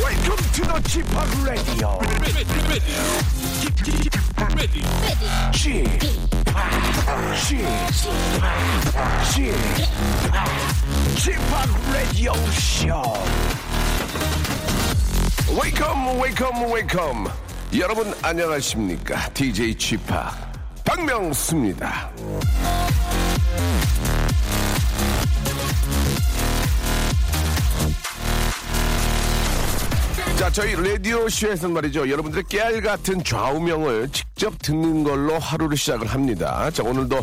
Welcome to the Chip Radio. Chip, Chip, Chip Radio Show. Welcome, welcome, welcome. 여러분 안녕하십니까? DJ Chip 박명수입니다. 자, 저희 라디오쇼에서는 말이죠. 여러분들의 깨알 같은 좌우명을 직접 듣는 걸로 하루를 시작을 합니다. 자, 오늘도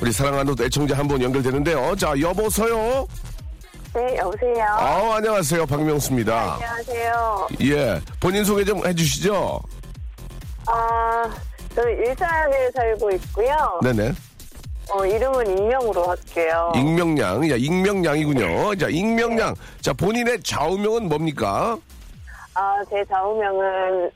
우리 사랑하는 애청자 한 분 연결되는데요. 자, 여보세요? 네, 여보세요. 아우, 안녕하세요. 박명수입니다. 안녕하세요. 예, 본인 소개 좀 해주시죠. 아, 저는 일산에 살고 있고요. 네네. 어, 이름은 익명으로 할게요. 예, 익명량. 야, 익명량이군요. 자, 익명량. 자, 본인의 좌우명은 뭡니까? 아, 제 좌우명은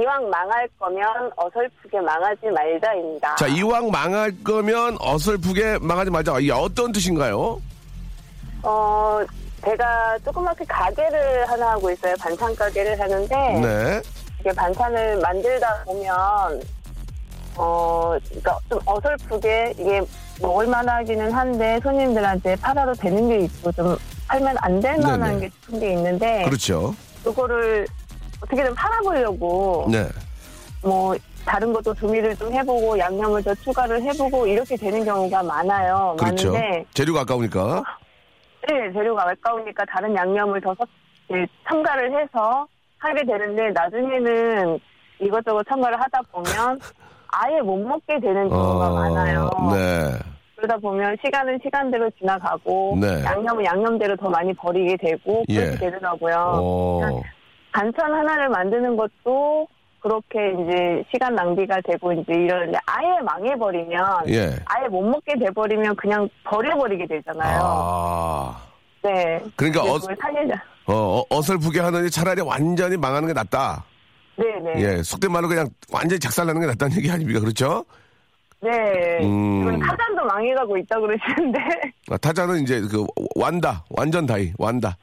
이왕 망할 거면 어설프게 망하지 말자입니다. 자, 이왕 망할 거면 어설프게 망하지 말자. 이게 어떤 뜻인가요? 어, 제가 조그맣게 가게를 하나 하고 있어요. 반찬 가게를 하는데 네. 이게 반찬을 만들다 보면 어, 그러니까 좀 어설프게 이게 먹을 만하기는 한데 손님들한테 팔아도 되는 게 있고 좀 팔면 안 될 만한 네네. 게 좋은 게 있는데 그렇죠. 그거를 어떻게든 팔아보려고 네. 뭐 다른 것도 조미를 좀 해보고 양념을 더 추가를 해보고 이렇게 되는 경우가 많아요. 그렇죠. 많은데 재료가 아까우니까. 네, 재료가 아까우니까 다른 양념을 더 섞- 예, 첨가를 해서 하게 되는데 나중에는 이것저것 첨가를 하다 보면 아예 못 먹게 되는 경우가 많아요. 어, 네. 그러다 보면 시간은 시간대로 지나가고 네. 양념은 양념대로 더 많이 버리게 되고 그렇게 예. 되더라고요. 어. 반찬 하나를 만드는 것도 그렇게 이제 시간 낭비가 되고 이제 이런 이제 아예 망해버리면 예. 아예 못 먹게 돼버리면 그냥 버려버리게 되잖아요. 아. 네. 그러니까 그래서 어, 그걸 살리자. 어, 설프게 하느니 차라리 완전히 망하는 게 낫다. 네네. 예. 속된 말로 그냥 완전히 작살나는 게 낫다는 얘기 아닙니까? 그렇죠? 네. 음. 지금 사단도 망해가고 있다 그러시는데. 아, 타자는 이제 그 완다. 완전 다이. 완다.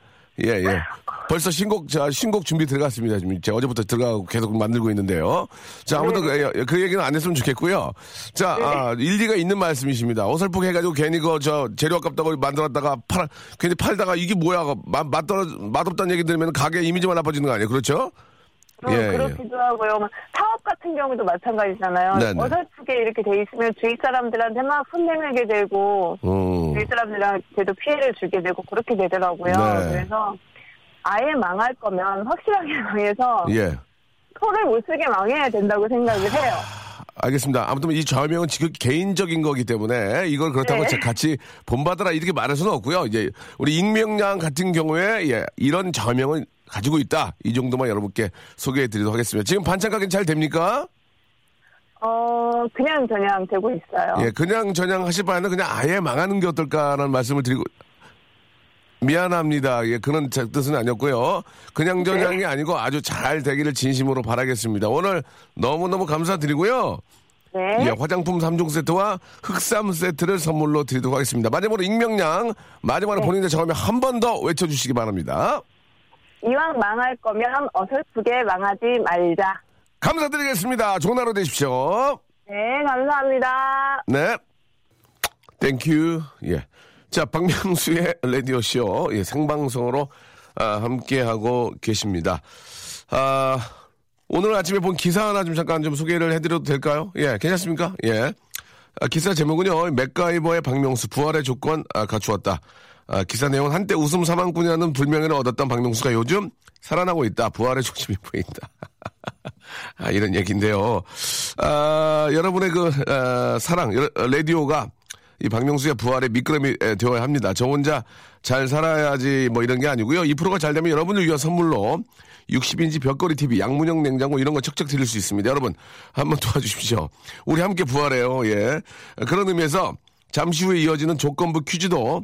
예, 예. 벌써 신곡, 자, 신곡 준비 들어갔습니다. 지금 제가 어제부터 들어가고 계속 만들고 있는데요. 자, 아무튼 그, 예, 그 얘기는 안 했으면 좋겠고요. 자, 아, 일리가 있는 말씀이십니다. 어설프게 해가지고 괜히 그, 저, 재료 아깝다고 만들었다가 팔, 괜히 팔다가 이게 뭐야. 맛, 맛 떨어, 맛없다는 얘기 들으면 가게 이미지만 나빠지는 거 아니에요? 그렇죠? 또 어, 그렇기도 하고요. 막 사업 같은 경우도 마찬가지잖아요. 뭐 네네. 어설프게 이렇게 돼 있으면 주위 사람들한테 막 혼내밀게 되고 음. 주위 사람들한테도 피해를 주게 되고 그렇게 되더라고요. 네. 그래서 아예 망할 거면 확실하게 망해서 예. 손을 못 쓰게 망해야 된다고 생각을 해요. 알겠습니다. 아무튼 이 좌우명은 지극히 개인적인 거기 때문에 이걸 그렇다고 네. 같이 본받아라 이렇게 말할 수는 없고요. 이제 우리 익명량 같은 경우에 예, 이런 좌우명은 가지고 있다. 이 정도만 여러분께 소개해드리도록 하겠습니다. 지금 반찬 가게는 잘 됩니까? 어 그냥 저냥 되고 있어요. 예, 그냥 저냥 하실 바에는 그냥 아예 망하는 게 어떨까라는 말씀을 드리고 미안합니다. 예, 그런 제 뜻은 아니었고요. 그냥 저냥이 네. 아니고 아주 잘 되기를 진심으로 바라겠습니다. 오늘 너무너무 감사드리고요. 네. 예, 화장품 3종 세트와 흑삼 세트를 선물로 드리도록 하겠습니다. 마지막으로 익명량, 마지막으로 본인의 저음에 한 번 더 외쳐주시기 바랍니다. 이왕 망할 거면 어설프게 망하지 말자. 감사드리겠습니다. 좋은 하루 되십시오. 네, 감사합니다. 네. 땡큐. 예. 자, 박명수의 라디오쇼, 예, 생방송으로, 아, 함께하고 계십니다. 아, 오늘 아침에 본 기사 하나 좀 잠깐 좀 소개를 해드려도 될까요? 예, 괜찮습니까? 예. 아, 기사 제목은요, 맥가이버의 박명수, 부활의 조건, 아, 갖추었다. 아, 기사 내용은 한때 웃음 사망꾼이라는 불명예를 얻었던 박명수가 요즘 살아나고 있다. 부활의 중심이 보인다. 아, 이런 얘기인데요. 아, 여러분의 그, 아, 사랑, 여- 어, 라디오가 이 박명수의 부활에 미끄럼이 에, 되어야 합니다. 저 혼자 잘 살아야지 뭐 이런 게 아니고요. 이 프로가 잘 되면 여러분을 위한 선물로 60인치 벽걸이 TV, 양문형 냉장고 이런 거 척척 드릴 수 있습니다. 여러분 한번 도와주십시오. 우리 함께 부활해요. 예. 그런 의미에서 잠시 후에 이어지는 조건부 퀴즈도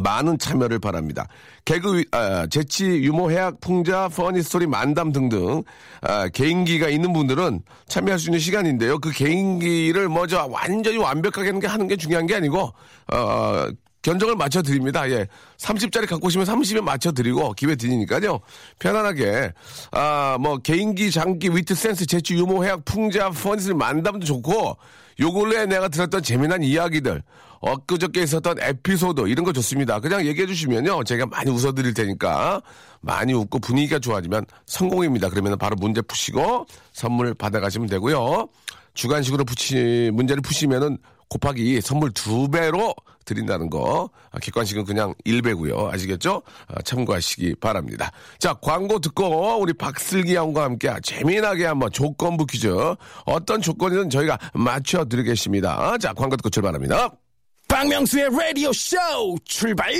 많은 참여를 바랍니다. 개그, 위- 아, 재치, 유머, 해학, 풍자, 퍼니스토리, 만담 등등 아, 개인기가 있는 분들은 참여할 수 있는 시간인데요. 그 개인기를 먼저 완전히 완벽하게 하는 게, 하는 게 중요한 게 아니고 어, 견적을 맞춰드립니다. 예. 30짜리 갖고 오시면 30에 맞춰드리고 기회 드리니까요. 편안하게 아, 뭐 개인기, 장기, 위트, 센스, 재치, 유머, 해학, 풍자, 퍼니스토리, 만담도 좋고 요 근래에 내가 들었던 재미난 이야기들, 엊그저께 있었던 에피소드, 이런 거 좋습니다. 그냥 얘기해 주시면요. 제가 많이 웃어드릴 테니까, 많이 웃고 분위기가 좋아지면 성공입니다. 그러면 바로 문제 푸시고, 선물 받아가시면 되고요. 주간식으로 푸시, 문제를 푸시면은 곱하기 선물 두 배로 드린다는 거. 아, 객관식은 그냥 1배고요. 아시겠죠? 아, 참고하시기 바랍니다. 자, 광고 듣고 우리 박슬기 양과 함께 재미나게 한번 조건부 퀴즈. 어떤 조건이든 저희가 맞춰드리겠습니다. 자, 광고 듣고 출발합니다. 박명수의 라디오 쇼 출발!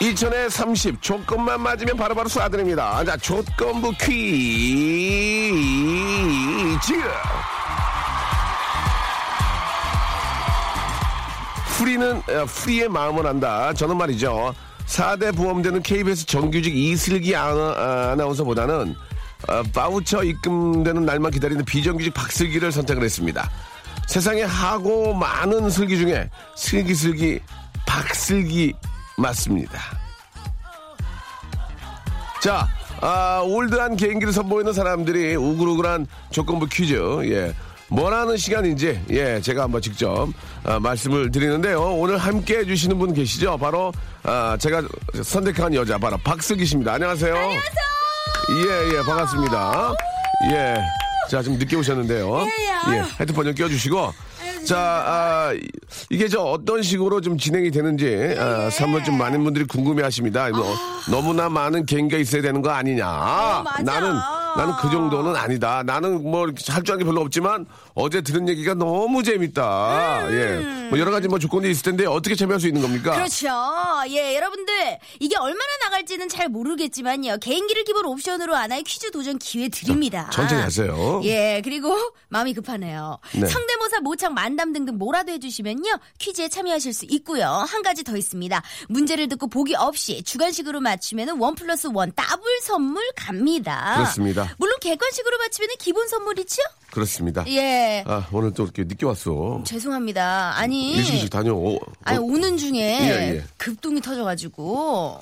이천에 30 조건만 맞으면 바로바로 쏴드립니다. 자, 조건부 퀴즈. 프리는 어, 프리의 마음을 안다. 저는 말이죠. 4대 보험되는 KBS 정규직 이슬기 아나, 아나운서보다는 어, 바우처 입금되는 날만 기다리는 비정규직 박슬기를 선택을 했습니다. 세상에 하고 많은 슬기 중에 슬기슬기 박슬기 맞습니다. 자, 아, 올드한 개인기를 선보이는 사람들이 우글우글한 조건부 퀴즈, 예. 뭐라는 시간인지, 예, 제가 한번 직접 아, 말씀을 드리는데요. 오늘 함께 해주시는 분 계시죠? 바로, 아, 제가 선택한 여자, 바로 박슬기 씨입니다. 안녕하세요. 안녕하세요. 예, 예, 반갑습니다. 예. 자, 좀 늦게 오셨는데요. 예, 예. 헤드폰 좀 껴주시고. 자, 아, 이- 이게 저 어떤 식으로 좀 진행이 되는지, 아, 한번 좀 많은 분들이 궁금해 하십니다. 뭐 너무나 많은 개인가 있어야 되는 거 아니냐. 맞아. 나는, 나는 그 정도는 아니다. 나는 뭐 할 줄 아는 게 별로 없지만 어제 들은 얘기가 너무 재밌다. 예. 뭐 여러 가지 뭐 조건이 있을 텐데 어떻게 참여할 수 있는 겁니까? 그렇죠. 예, 여러분들 이게 얼마나 나갈지는 잘 모르겠지만요. 개인기를 기본 옵션으로 하나의 퀴즈 도전 기회 드립니다. 천천히 하세요. 예, 그리고 마음이 급하네요. 네. 성대모사, 모창, 만담 등등 뭐라도 해주시면요 퀴즈에 참여하실 수 있고요. 한 가지 더 있습니다. 문제를 듣고 보기 없이 주관식으로 맞추면 원 플러스 원 더블 선물 갑니다. 그렇습니다. 물론 객관식으로 맞추면 기본 선물이죠? 그렇습니다. 예. 아, 오늘 또 이렇게 늦게 왔어. 죄송합니다. 아니. 일식이식 다녀오. 예. 어, 아니 오는 중에 예, 예. 급동이 터져가지고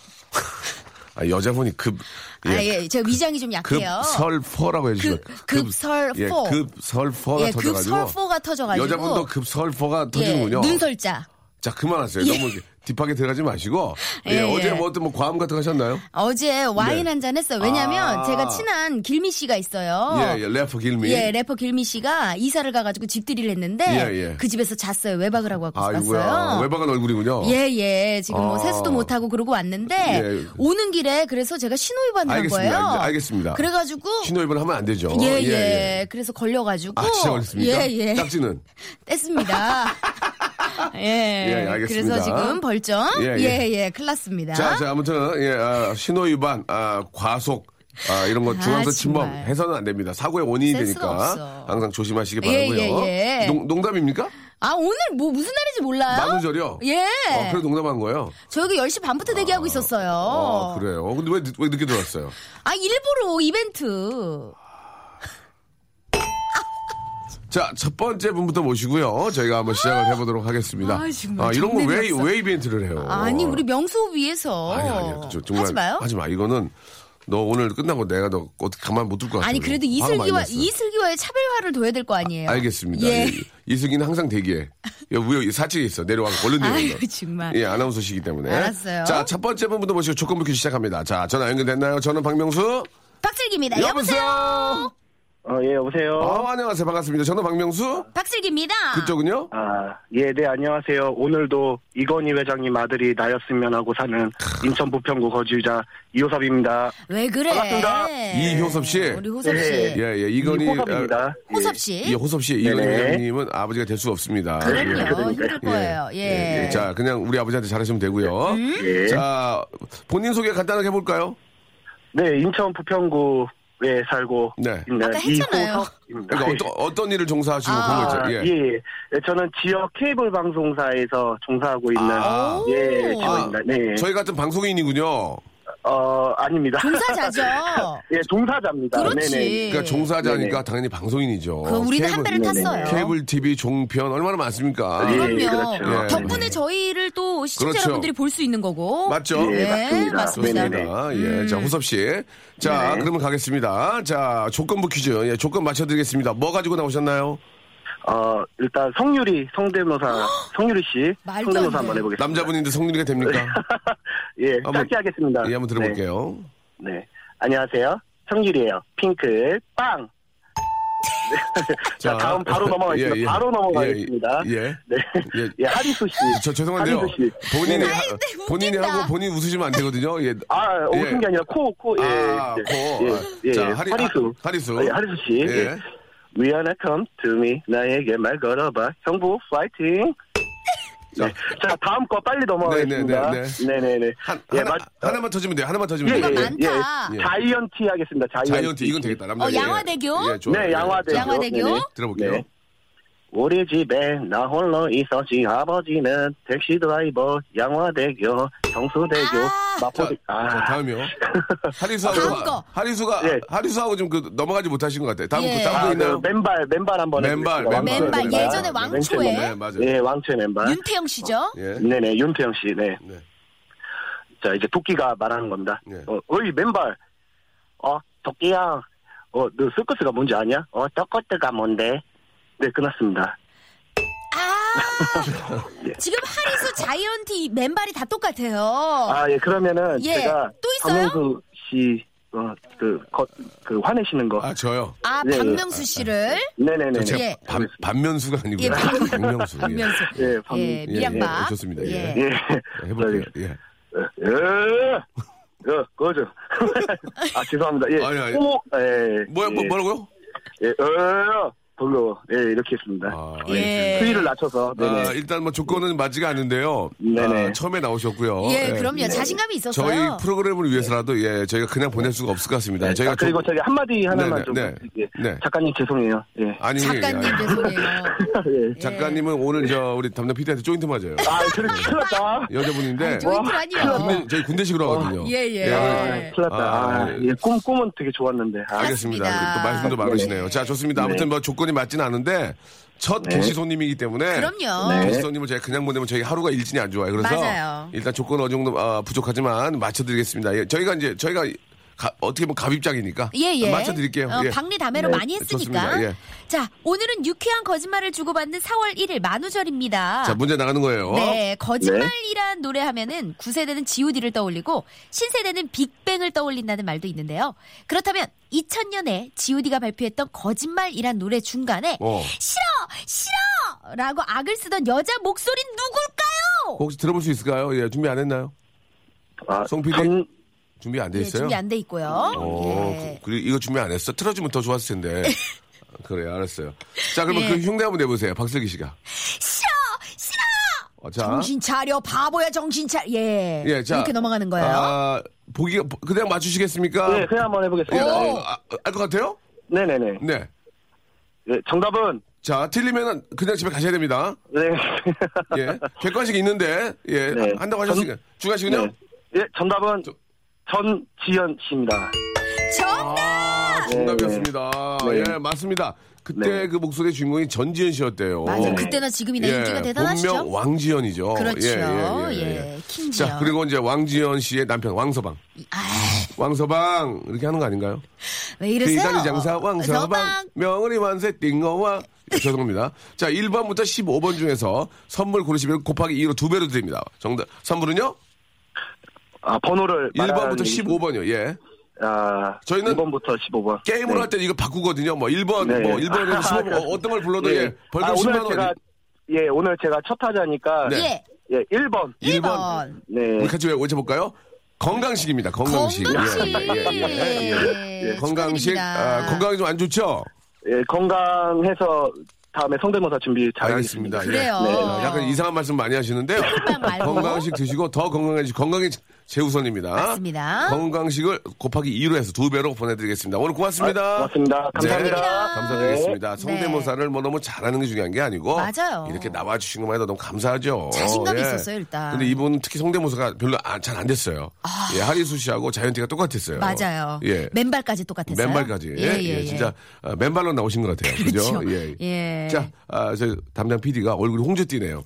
아, 여자분이 급. 예. 아, 예, 제가 위장이 좀 약해요. 그 급설포라고 해주시면 급- 급설포. 예, 급설포가 예, 터져가지고 급설포가 터져가지고. 여자분도 급설포가 터지는군요. 예, 눈설자. 자 그만하세요. 너무 이렇게 딥하게 들어가지 마시고 예, 예, 어제 예. 뭐 어떤 뭐 과음 같은 거 하셨나요? 어제 와인 네. 한 잔 했어요. 왜냐면 아. 제가 친한 길미 씨가 있어요. 예, 예, 래퍼 길미. 예, 래퍼 길미 씨가 이사를 가가지고 집들이를 했는데 예, 예. 그 집에서 잤어요. 외박을 하고 아이고야 왔어요. 외박한 얼굴이군요. 예, 예. 지금 뭐 아. 세수도 못하고 그러고 왔는데 예. 오는 길에 그래서 제가 신호위반을 한 알겠습니다. 거예요. 이제 알겠습니다. 그래가지고 신호입을 하면 안 되죠. 예, 예, 그래서 걸려가지고 아 진짜 그렇습니까? 예, 예. 딱지는 뗐습니다. 예, 예, 알겠습니다. 그래서 지금 벌점. 예, 예, 예. 예, 큰일 났습니다. 자, 자, 아무튼, 예, 아, 신호위반, 아, 과속, 아, 이런 거 아, 중앙선 침범 정말. 해서는 안 됩니다. 사고의 원인이 센스가 되니까 없어. 항상 조심하시기 예, 바라고요. 예, 예. 농, 농담입니까? 아, 오늘 뭐 무슨 날인지 몰라요? 만우절이요? 예. 어, 그래 농담한 거예요. 저 여기 10시 반부터 대기하고 있었어요. 어, 그래요. 근데 왜, 늦- 왜 늦게 들어왔어요? 아, 일부러 이벤트. 자, 첫 번째 분부터 모시고요. 저희가 한번 시작을 해보도록 하겠습니다. 아, 정말 이런 거 왜, 정리됐어. 왜 이벤트를 해요? 아니, 우리 명수 위해서. 아니, 아니, 그죠. 정말. 하지 마요. 하지 마. 이거는 너 오늘 끝나고 내가 너 어떻게 가만 못 둘 것 같아. 아니, 그래도 화가 많이 이슬기와, 났어요. 이슬기와의 차별화를 둬야 될 거 아니에요? 알겠습니다. 예. 예, 이승기는 항상 대기해. 여기 위에 사측에 있어. 내려와. 얼른 내려와. 아유, 정말. 예, 아나운서시기 때문에. 알았어요. 자, 첫 번째 분부터 모시고 조건부 퀴즈 시작합니다. 자, 전화 연결됐나요? 저는 박명수. 네, 박슬기입니다. 여보세요? 어, 예, 여보세요. 아, 안녕하세요. 반갑습니다. 저는 박명수. 박슬기입니다. 그쪽은요? 아, 예, 네, 안녕하세요. 오늘도 이건희 회장님 아들이 나였으면 하고 사는 인천 부평구 거주자 이호섭입니다. 왜 그래? 예. 반갑습니다. 이효섭 씨. 우리 호섭 씨. 예, 예. 이건희. 이호섭입니다. 아, 예. 호섭 씨. 예, 호섭 씨. 이건희 네네. 회장님은 아버지가 될 수가 없습니다. 그럼요. 그러니까요. 힘들 거예요. 예. 예, 예. 자, 그냥 우리 아버지한테 잘하시면 되고요. 음? 예. 자, 본인 소개 간단하게 해볼까요? 네, 인천 부평구에 살고 네. 있는 아까 했잖아요. 이호섭입니다. 그러니까 어떤, 어떤 일을 종사하시고 아. 그런 아, 거죠. 예. 예. 예. 저는 지역 케이블 방송사에서 종사하고 있는 아. 예, 오. 직원입니다. 네. 저희 같은 방송인이군요. 어, 아닙니다. 종사자죠. 예, 종사자입니다. 그렇지. 네네. 그러니까 종사자니까 당연히 방송인이죠. 그 우리는 한 배를 네네. 탔어요. 케이블 TV 종편 얼마나 많습니까? 예, 그럼요. 그렇죠. 예. 덕분에 저희를 또 시청자 그렇죠. 여러분들이 볼 수 있는 거고. 맞죠? 예, 네, 맞습니다. 맞습니다. 네네. 음. 네. 아, 예. 자, 호섭 씨. 자, 그러면 가겠습니다. 자, 조건부 퀴즈. 예, 조건 맞춰드리겠습니다. 뭐 가지고 나오셨나요? 어, 일단 성유리 성대모사 성유리 씨 말도 안 돼. 성대모사 한번 해보겠습니다. 남자분인데 성립이 됩니까? 예, 한번- 짧게 하겠습니다. 예, 한번 들어볼게요. 네, 네. 안녕하세요. 성유리예요. 핑클 빵. 네. 자, 다음 바로 넘어가겠습니다. 예, 예. 바로 넘어가겠습니다. 예, 예. 네. 예. 예, 하리수 씨. 저 죄송한데요. 하리수 씨. 본인이 네. 하- 근데 본인이 웃긴다. 하고 본인 웃으시면 안 되거든요. 예. 아, 예. 웃은 게 아니라 코, 코, 예. 아, 예. 코. 예, 예. 자, 하리- 아, 하리, 수 하- 하리수. 예, 하리수 씨. 예. 예. We are not come to me. 나에게 말 걸어봐. 형부, 파이팅. 자. 자, 자 다음 거 빨리 넘어가겠습니다. 네, 네, 네네네. 한, 예, 하나, 맞- 하나만 터지면 돼요. 하나만 터지면 예, 돼요. 이거 예, 많다. 예. 자이언티 하겠습니다. 자이언티. 자이언티 이건 되겠다. 남자. 예. 어, 양화대교? 좋아요. 네, 양화대교. 양화대교? 네네. 들어볼게요. 네. 우리 집에 나 홀로 있었지 아버지는 택시 드라이버 양화대교 정수대교 아. 자, 마포대 자, 다음이요. 하리수하고 다음 거. 하리수가 예. 하리수하고 좀 그 넘어가지 못하신 것 같아요. 다음 예. 그 다음 아, 거 그 있나요? 맨발 맨발 한번 맨발, 해보겠습니다. 맨발. 맨발, 맨발. 예전에 아, 왕초에 맨발. 네, 맞아요. 예, 왕초의 맨발. 윤태영 씨죠? 예. 네네, 윤태영 씨, 네. 네. 자, 이제 도끼가 말하는 겁니다. 네. 어, 어이, 맨발. 어, 도끼야. 어, 너 서커스가 뭔지 아냐? 어, 서커스가 뭔데? 네, 끝났습니다. 아! 지금 하리수 자이언티 맨발이 다 똑같아요. 어. 아, 예, 그러면은 예, 제가 또 있어요? 박명수 씨, 어, 그, 거, 그, 화내시는 거. 아 저요. 아, 예, 예. 박명수 아, 씨를. 네네네네. 저 제가 예. 반, 반면수가 아니고요. 예, 반- 박명수. 박명수. 예, 방- 예, 예, 미량박. 예, 좋습니다. 예. 예. 해볼게요. 예. 예. 어, 그거죠. 아, 죄송합니다. 예. 아니, 아니. 오, 예. 뭐야 뭐, 예. 뭐라고요? 예, 어, 돌로. 예, 이렇게 했습니다. 아, 예. 예. 수위를 낮춰서. 네네. 아, 일단 뭐 조건은 맞지가 않은데요. 네네. 아, 처음에 나오셨고요. 예, 그럼요. 네. 자신감이 있었어요. 네. 저희 프로그램을 위해서라도 예 저희가 그냥 보낼 수가 없을 것 같습니다. 네, 저희가 아, 그리고 좀- 저기 한마디 하나만 네, 좀 네, 예. 네. 작가님 죄송해요. 예. 아니 작가님 아니, 죄송해요. 네. 예. 작가님은 오늘 저 우리 담당 PD한테 조인트 맞아요. 아, 그래 네. 큰일 났다. 여자분인데 네, 조인트 군대, 아니요. 저희 군대식으로 하거든요. 예, 예. 아, 큰일 났다. 아, 네. 아, 예. 꿈, 꿈은 되게 좋았는데. 아, 알겠습니다. 맞습니다. 또 말씀도 많으시네요. 네. 자, 좋습니다. 아무튼 뭐 조건이 맞진 않은데 첫 게시 손님이기 때문에 그럼요. 네. 게시 손님을 제가 그냥 보내면 저희 하루가 일진이 안 좋아요. 그래서 맞아요. 일단 조건 어느 정도 아, 부족하지만 맞춰드리겠습니다. 예, 저희가 이제 저희가 가- 어떻게 보면 갑입장이니까 예, 예. 맞춰드릴게요. 어, 예. 박리 담회로 많이 했으니까. 좋습니다. 예. 자, 오늘은 유쾌한 거짓말을 주고받는 4월 1일 만우절입니다. 자, 뭐? 문제 나가는 거예요. 네, 거짓말이란 노래 하면은 9세대는 GOD를 떠올리고 신세대는 빅뱅을 떠올린다는 말도 있는데요. 그렇다면 2000년에 GOD가 발표했던 거짓말이란 노래 중간에 어. 싫어! 싫어! 라고 악을 쓰던 여자 목소리 누굴까요? 혹시 들어볼 수 있을까요? 예, 준비 안 했나요? 아, 송 PD? 전- 준비 안 돼 예, 있어요? 준비 안 돼 있고요. 어, 예. 그, 그리고 이거 준비 안 했어? 틀어주면 더 좋았을 텐데. 아, 그래, 알았어요. 자, 그러면 예. 그 흉내 한번 내보세요. 박슬기 씨가. 싫어! 싫어! 어, 자. 정신 차려, 바보야, 정신 차려. 예. 예, 자. 이렇게 넘어가는 거예요. 아, 보기가, 보- 그냥 맞추시겠습니까? 예, 그냥 한번 해보겠습니다. 어! 예. 알 것 같아요? 네네네. 네. 예, 정답은, 자, 틀리면 그냥 집에 가셔야 됩니다. 네. 예. 객관식 있는데, 예. 네. 한다고 하셨으니까. 주관식은요? 네. 예, 정답은 전지현 씨입니다. 정답! 아, 정답이었습니다. 예, 맞습니다. 그때 네. 그 목소리 주인공이 전지현 씨였대요. 맞아요. 그때나 지금이나 네, 인기가 대단하시죠? 어. 예. 본명 왕지연이죠. 그렇죠. 예, 킹지연. 자, 그리고 이제 왕지연 씨의 남편 왕서방. 아, 왕서방 이렇게 하는 거 아닌가요? 왜 이러세요? 이단이 장사 왕서방 명월이 만세 띵어와 예, 죄송합니다. 자, 1번부터 15번 중에서 선물 고르시면 곱하기 2로 두 배로 드립니다. 정답. 선물은요? 아, 번호를. 말하는 1번부터 15번이요. 예. 아, 저희는 1번부터 15번. 게임을 네. 할 때 이거 바꾸거든요. 뭐 1번, 네. 뭐 1번에서 아, 15번, 어, 어떤 걸 불러도 예. 예, 벌금 아, 10만 오늘 원. 제가 예, 오늘 제가 첫 타자니까 네. 예. 예, 1번. 1번. 네. 우리 같이 외쳐볼까요? 건강식입니다. 예, 건강식. 건강식. 예, 예, 예, 예, 예. 예, 건강식. 축하드립니다. 아, 건강이 좀 안 좋죠? 예, 건강해서 다음에 성대모사 준비 알겠습니다. 잘하겠습니다. 예. 그래요. 네. 아, 약간 이상한 말씀 많이 하시는데요. 빵 어. 말고. 건강식 드시고 더 건강해지 건강이 제우선입니다. 맞습니다. 건강식을 곱하기 2로 해서 두 배로 보내드리겠습니다. 오늘 고맙습니다. 아, 고맙습니다. 감사합니다. 네, 감사드리겠습니다. 성대모사를 뭐 너무 잘하는 게 중요한 게 아니고 맞아요. 이렇게 나와주신 것만 해도 너무 감사하죠. 예. 자신감이 있었어요, 일단. 아. 근데 이분 특히 성대모사가 별로 아, 잘 안 됐어요. 예, 하리수 씨하고 자이언티가 똑같았어요. 맞아요. 예. 맨발까지 똑같았어요. 맨발까지. 예, 예, 진짜 아, 맨발로 나오신 것 같아요. 그죠? 그렇죠. 예. 예. 어. 자, 아, 저 담당 PD가 얼굴이 홍조띠네요.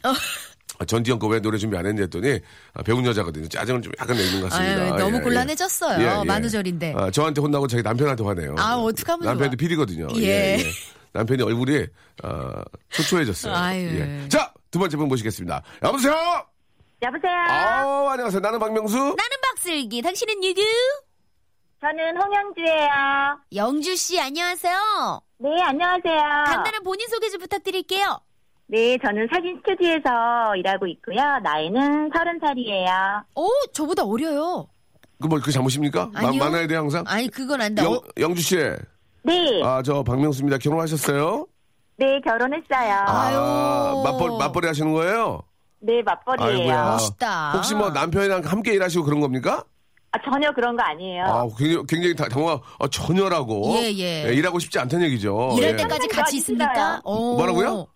아, 전지현 거 왜 노래 준비 안 했냐 했더니 아, 배운 여자거든요. 짜증을 좀 약간 내는 것 같습니다. 예. 예, 아유, 너무 곤란해졌어요. 만우절인데. 아, 저한테 혼나고 자기 남편한테 화내요. 아, 어떡하면 좋아. 남편도 PD거든요. 예. 남편이 얼굴이 아, 초초해졌어요. 아유. 예. 자, 두 번째 분 모시겠습니다. 여보세요? 여보세요. 아, 안녕하세요. 나는 박명수. 나는 박슬기, 당신은 유규. 저는 홍영주예요. 영주 씨 안녕하세요. 네, 안녕하세요. 간단한 본인 소개 좀 부탁드릴게요. 네, 저는 사진 스튜디오에서 일하고 있고요. 나이는 서른 살이에요. 오, 어, 저보다 어려요. 그 뭐, 그 잘못입니까? 마- 아니요. 많아야 돼요, 항상? 아니 어. 그건 안다. 영, 영주 씨. 네, 아, 저 박명수입니다. 결혼하셨어요? 네, 결혼했어요. 아유. 아, 맞벌, 맞벌이 하시는 거예요? 네, 맞벌이에요. 아이고야. 멋있다. 혹시 뭐 남편이랑 함께 일하시고 그런 겁니까? 아, 전혀 그런 거 아니에요. 아, 굉장히, 굉장히 다- 당황, 아, 전혀라고. 예, 예. 일하고 싶지 않다는 얘기죠. 일할 예. 때까지 같이 있습니까? 있어요. 오. 뭐라고요?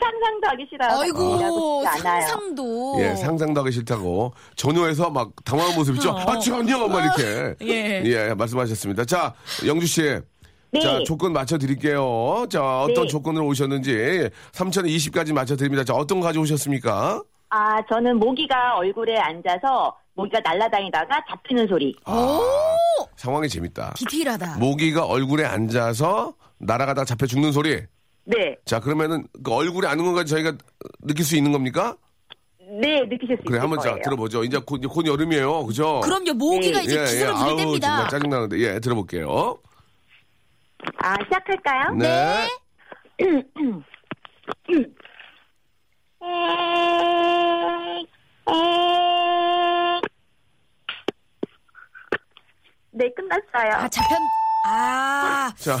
상상도 하기 싫어요. 아이고, 일하고 싶지 않아요. 상상도. 예, 상상도 하기 싫다고. 전혀에서 막 당황한 모습 있죠? 아, 전혀! 막 이렇게. 어. 예. 말씀하셨습니다. 자, 영주 씨. 네. 자, 조건 맞춰드릴게요. 자, 어떤 네. 조건으로 오셨는지. 3,020까지 맞춰드립니다. 자, 어떤 거 가져오셨습니까? 아, 저는 모기가 얼굴에 앉아서 모기가 날아다니다가 잡히는 소리. 아, 상황이 재밌다. 디테일하다. 모기가 얼굴에 앉아서 날아가다가 잡혀 죽는 소리. 네, 자, 그러면은 그 얼굴에 앉는 건가 저희가 느낄 수 있는 겁니까? 네, 느끼실 수 그래, 있을 한번 자, 거예요. 들어보죠. 이제 곧, 이제 곧 여름이에요. 그죠? 그럼요, 모기가 네. 이제 기승을 부릴 예, 아우, 때입니다. 정말 짜증나는데. 예, 들어볼게요. 아, 시작할까요? 네. 네, 끝났어요. 아, 자편. 아, 자,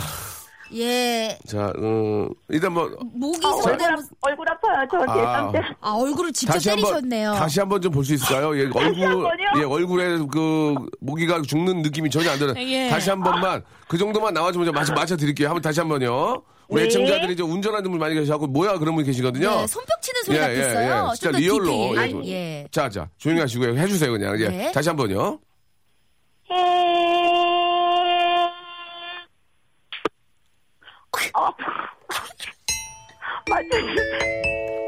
예. 자, 음, 일단 뭐. 모기 아, 성대 얼굴, 아, 얼굴 아파요. 저 아. 대상 때. 아, 얼굴을 직접 다시 한 번, 때리셨네요. 다시 한 번 좀 볼 수 있을까요? 예, 얼굴, 번요? 예, 얼굴에 그, 모기가 죽는 느낌이 전혀 안 드는. 예. 다시 한 번만, 그 정도만 나와주면 맞춰, 맞춰드릴게요. 한번 다시 한 번요. 우리 네. 애청자들이 이제 운전하는 분 많이 계시고, 뭐야, 그런 분 계시거든요. 네, 손뼉 치는 소리 같았어요. 예, 진짜 좀더 리얼로. 디테일. 예, 좀- 예. 자, 자, 조용히 하시고요. 해주세요, 그냥. 예. 네. 다시 한 번요. 어, 맞아요.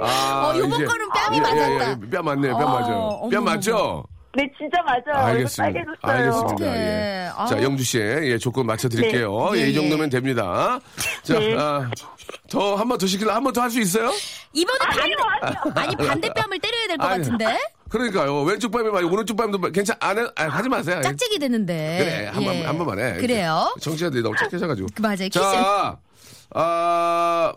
아, 어, 요번 이제- 아, 예, 거는 뺨이 맞았다. 뼈 맞네요, 뼈 어, 맞아요. 뼈 어머, 맞죠? 네, 진짜 맞아요. 알겠습니다. 얼굴 빨개졌어요. 알겠습니다. 어떡해. 예. 아우. 자, 영주 씨, 예, 조건 맞춰드릴게요. 네. 예, 예, 이 정도면 예. 됩니다. 자, 네. 아, 더, 한 번 더 시킬래? 한 번 더 할 수 있어요? 이번에 반대, 아니, 반대뺨을 때려야 될 것 아니. 같은데? 그러니까요. 왼쪽 뺨이 말고, 오른쪽 뺨도 괜찮, 안 해, 아, 하지 마세요. 짝짝이 되는데. 그래, 한 번, 예. 한 번만 해. 그래요. 정치자들이 너무 착해져가지고. 그 맞아요. 퀴즈, 자, 아,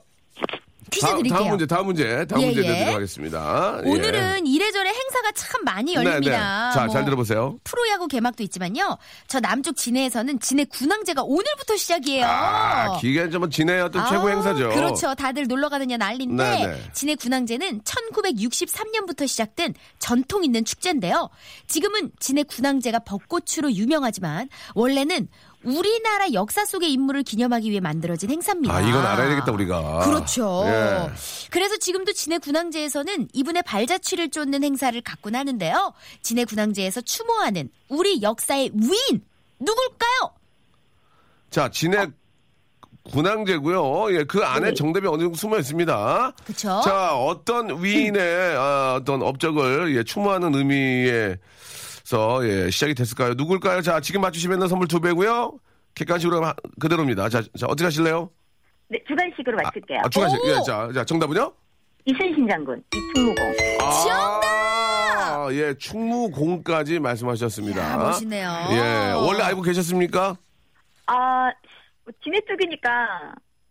퀴즈 다음, 드릴게요. 다음 문제, 다음 문제, 다음 예, 문제 예. 내도록 하겠습니다. 예. 오늘은 이래저래 행사가 참 많이 네, 열립니다. 네. 자, 뭐 잘 들어보세요. 프로야구 개막도 있지만요. 저 남쪽 진해에서는 진해 군항제가 오늘부터 시작이에요. 아, 기간 좀 지내야 또 최고 어. 아, 행사죠. 그렇죠. 다들 놀러 가느냐 난리인데 네, 네. 진해 군항제는 1963년부터 시작된 전통 있는 축제인데요. 지금은 진해 군항제가 벚꽃으로 유명하지만 원래는 우리나라 역사 속의 인물을 기념하기 위해 만들어진 행사입니다. 아, 이건 알아야 되겠다, 우리가. 그렇죠. 예. 그래서 지금도 진해 군항제에서는 이분의 발자취를 쫓는 행사를 갖곤 하는데요. 진해 군항제에서 추모하는 우리 역사의 위인 누굴까요? 자, 진해 군항제고요. 예, 그 안에 정답이 어느 정도 숨어 있습니다. 네. 그쵸. 음. 자, 어떤 위인의 아, 어떤 업적을 예, 추모하는 의미에서 예, 시작이 됐을까요? 누굴까요? 자, 지금 맞추시면 선물 두 배고요. 객관식으로 하- 그대로입니다. 자, 자, 어떻게 하실래요? 네, 주관식으로 맞출게요. 아, 추가하실. 오! 예, 자, 자, 정답은요? 이순신 장군, 이충무공. 정답! 아, 예, 충무공까지 말씀하셨습니다. 이야, 아, 멋있네요. 예, 원래 알고 계셨습니까? 아, 뭐 진해 쪽이니까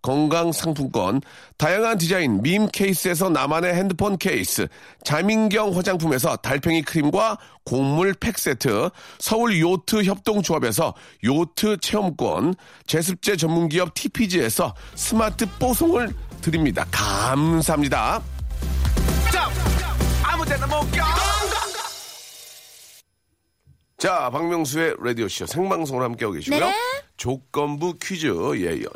건강 상품권, 다양한 디자인 밈 케이스에서 나만의 핸드폰 케이스, 자민경 화장품에서 달팽이 크림과 곡물 팩 세트, 서울 요트 협동조합에서 요트 체험권, 제습제 전문기업 TPG에서 스마트 뽀송을 드립니다. 감사합니다. 자, 박명수의 라디오쇼 생방송으로 함께하고 계시고요. 네. 조건부 퀴즈, 예, 여-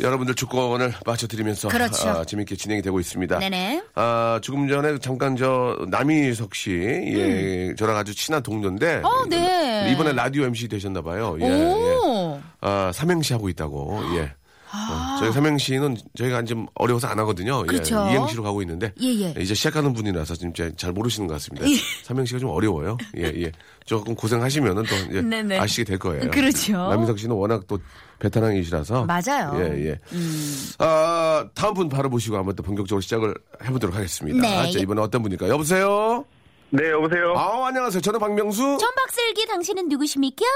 여러분들 조건을 맞춰드리면서 그렇죠. 아, 재밌게 진행이 되고 있습니다. 네네. 아, 조금 전에 잠깐 저 남희석 씨, 예, 저랑 아주 친한 동료인데. 음. 어, 네. 이번에 라디오 MC 되셨나봐요. 예, 예. 오. 아, 삼행시 하고 있다고, 예. 어, 저희 삼행시는 저희가 좀 어려워서 안 하거든요. 아. 그렇죠. 예, 이행시로 가고 있는데 예, 예. 이제 시작하는 분이라서 진짜 잘 모르시는 것 같습니다. 삼행시가 좀 어려워요. 예, 예. 조금 고생하시면은 또 이제 네, 네. 아시게 될 거예요. 그렇죠. 남인석 씨는 워낙 또 베테랑이시라서 맞아요. 예, 예. 아, 다음 분 바로 보시고 한번 또 본격적으로 시작을 해보도록 하겠습니다. 네. 아, 자, 이번에 어떤 분일까? 요 여보세요. 네, 여보세요? 아, 안녕하세요. 저는 박명수. 천박슬기 당신은 누구십니까?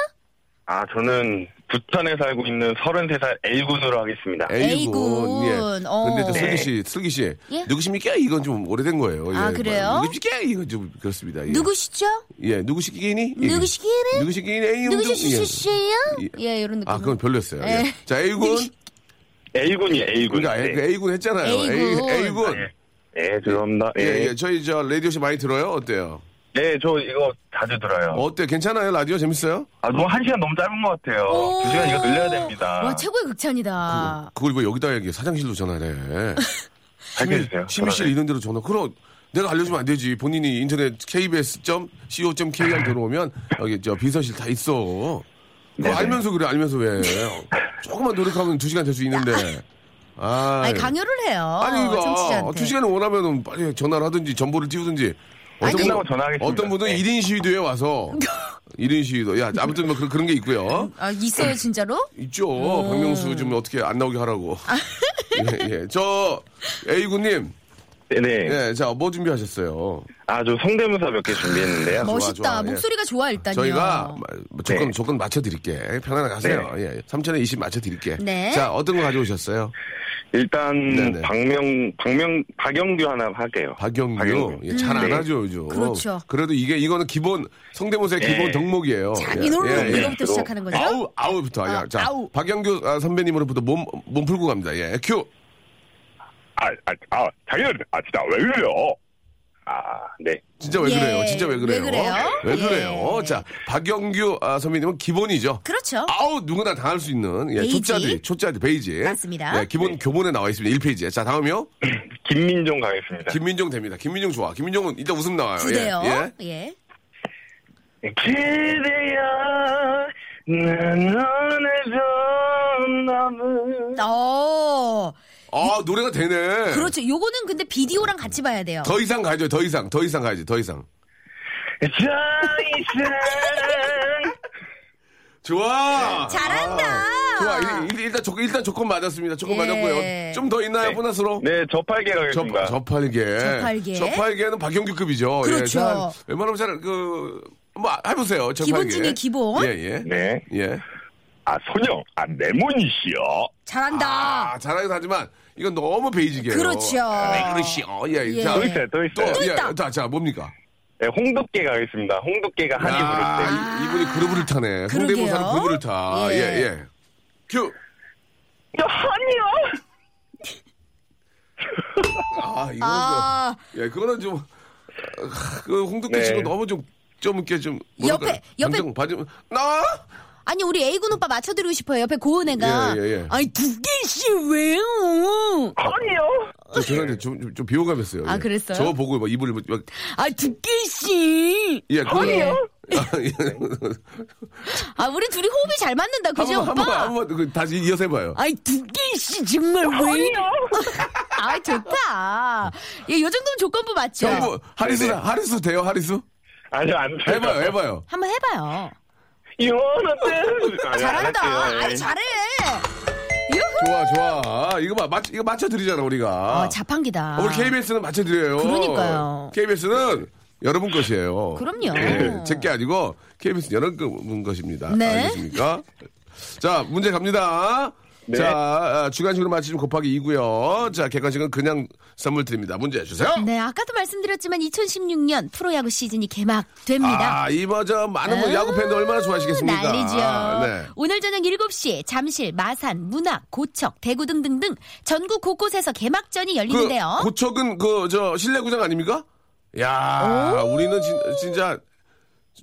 아, 저는 부천에 살고 있는 33살 A군으로 하겠습니다. 에이군. 예. 에이군, 어. 근데 또 슬기 네. 씨, 슬기 씨. 예? 누구십니까? 이건 좀 오래된 거예요. 아, 예. 그래요? 누구십니까? 이건 좀 그렇습니다. 예. 누구시죠? 예, 누구시기니? 예. 누구시기는? 누구시기니? 에이군. 누구시시시예요? 예, 이런 느낌. 아, 그건 별로였어요. 예. 예. 자, A군. A군이요, A군. 그러니까 네. A, 군 했잖아요. A군. A, 군 네, 죄송합니다. 예, 예, 예. 저희 저 라디오쇼 많이 들어요? 어때요? 네, 저 이거 자주 들어요. 어때? 괜찮아요? 라디오 재밌어요? 아, 너무 한 시간 너무 짧은 것 같아요. 두 시간 이거 늘려야 됩니다. 와, 최고의 극찬이다. 그걸 왜 여기다 얘기해? 사장실로 전화를 해. 밝혀주세요. 심의실 이런 데로 전화. 그럼 내가 알려주면 안 되지. 본인이 인터넷 kbs.co.kr 들어오면 여기 저 비서실 다 있어. 그거 알면서 그래, 알면서 왜. 조금만 노력하면 두 시간 될 수 있는데. 아, 아니, 강요를 해요. 아니, 이거. 청취자한테. 두 시간을 원하면 빨리 전화를 하든지 정보를 띄우든지. 어떤, 아니, 끝나고 전화하겠습니다. 어떤 분은 네. 1인 시위도에 와서. 1인 시위도. 야, 아무튼 뭐 그런, 그런 게 있고요. 아, 있어요, 진짜로? 있죠. 박명수 음. 좀 어떻게 안 나오게 하라고. 아. 예, 예. 저, A군님. 네, 네. 예, 자, 뭐 준비하셨어요? 아, 저 성대모사 몇 개 준비했는데요. 뭐- 멋있다. 좋아, 예. 목소리가 좋아, 일단요. 저희가 마- 조건, 네. 조건 맞춰드릴게. 편안하게 하세요. 네. 예, 3천에 20 맞춰드릴게. 네. 자, 어떤 거 가져오셨어요? 일단 네네. 박명 박명 박영규 하나 할게요. 박영규. 예, 잘 안 네. 하죠, 요즘. 그렇죠. 그래도 이게, 이거는 기본, 성대모사의 네. 기본 덕목이에요. 자, 예, 이 노래로 예, 예. 이거부터 시작하는 거죠? 아우, 아우부터. 아, 아, 자, 아우. 박영규 아, 선배님으로부터 몸, 몸 풀고 갑니다. 예, 큐. 아, 아, 아, 당연, 아, 진짜 왜 그래요? 아, 네. 진짜 왜 예. 그래요? 진짜 왜 그래요? 왜 그래요? 왜 예. 그래요? 자, 박영규 아, 선배님은 기본이죠. 그렇죠. 아우 누구나 당할 수 있는 예, 베이지. 초짜들이 초짜들 베이지 맞습니다. 네. 예, 기본 교본에 나와 있습니다 1페이지에 자 다음이요 김민종 가겠습니다. 김민종 됩니다 김민종 좋아 김민종은 일단 웃음 나와요 부대요. 예, 예. 예. 네, 기대야 난 너네 좀 너무 어. 아 노래가 되네 그렇죠. 요거는 근데 비디오랑 같이 봐야 돼요. 더 이상 가야죠 더 이상 더 이상 가야지 더 이상 저이상 좋아 네, 잘한다. 아, 좋아 일- 일- 일단 조건 일단 조건 맞았습니다 조건 예. 맞았고요 좀 더 있나요 보너스로 네, 저팔계 저, 가겠습니다. 저팔계. 저팔계. 저팔계는 박영규급이죠. 예, 그렇죠. 잘, 웬만하면 잘, 그, 뭐, 해보세요. 저팔계. 기본 중에 기본. 예, 예. 네. 예. 아, 소녀, 아, 레몬이시여. 잘한다. 아, 잘하긴 하지만, 이건 너무 베이직이에요. 그렇죠. 아, 그러시오. 예, 예. 자, 또 있어요, 또 있어요. 또, 예, 있다. 자, 자, 뭡니까? 네, 홍두깨 가겠습니다. 홍두깨가 아, 한이 야, 아, 부를 때. 이- 이분이 그루브를 타네. 성대모사는 그러게요. 그루브를 타. 예, 예. 예. 큐. 아니요 아, 이거는 아. 좀, 예, 그거는 좀, 아, 그 홍두깨 네. 씨가 너무 좀, 좀 이렇게 좀, 옆에, 옆에- 감정 봐주, 나! 아니 우리 A군 오빠 맞춰드리고 싶어요. 옆에 고은 애가. 예, 예, 예. 아니 두개씨 왜요? 아니요 저 죄송한데 좀, 좀, 좀 비호감했어요. 아, 예. 그랬어요? 저 보고 막 입을 막, 아 두개씨. 예, 그, 아니에요. 아, 예. 아 우리 둘이 호흡이 잘 맞는다. 한 그죠 번, 한 번, 오빠? 한 번, 그, 다시 이어서 해봐요. 아이 두개씨 정말 왜요? 아 좋다. 예, 요 정도면 조건부 맞죠? 전부, 뭐, 하리수, 하리수 돼요, 하리수? 아니요, 안 돼요. 그러니까. 해봐요, 해봐요. 한번 해봐요. 이혼은 땡. 네, 아니, 안 잘한다. 할게요. 아이 예. 잘해. 유후. 좋아, 좋아. 이거 봐, 맞, 이거 맞춰드리잖아, 우리가. 아, 자판기다. 어, 우리 KBS는 맞춰드려요. 그러니까요. KBS는 여러분 것이에요. 그럼요. 예, 제게 아니고, KBS 여러분 것입니다. 네. 알겠습니까? 자, 문제 갑니다. 네. 자, 아, 주간식으로 맞히시면 곱하기 2고요. 자, 객관식은 그냥 선물 드립니다. 문제 주세요. 네, 아까도 말씀드렸지만 2016년 프로야구 시즌이 개막됩니다. 아, 이거 저 많은 분 아, 야구 팬들 얼마나 좋아하시겠습니까? 난리죠. 아, 네. 오늘 저녁 7시 잠실, 마산, 문학, 고척, 대구 등등등 전국 곳곳에서 개막전이 그 열리는데요. 고척은 그 저 실내 구장 아닙니까? 야, 우리는 진, 진짜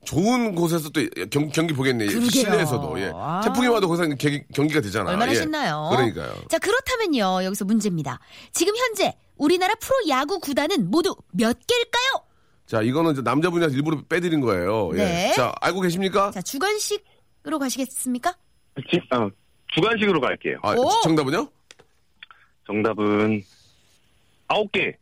좋은 곳에서 또 경, 경기 보겠네. 그러게요. 실내에서도. 예. 아. 태풍이 와도 거기서 개- 경기가 되잖아. 얼마나 예. 신나요. 그러니까요. 자, 그렇다면요. 여기서 문제입니다. 지금 현재 우리나라 프로야구 구단은 모두 몇 개일까요? 자, 이거는 이제 남자분이라서 일부러 빼드린 거예요. 예. 네. 자, 알고 계십니까? 자, 주관식으로 가시겠습니까? 지- 어, 주관식으로 갈게요. 아, 오! 정답은요? 정답은 아홉 개.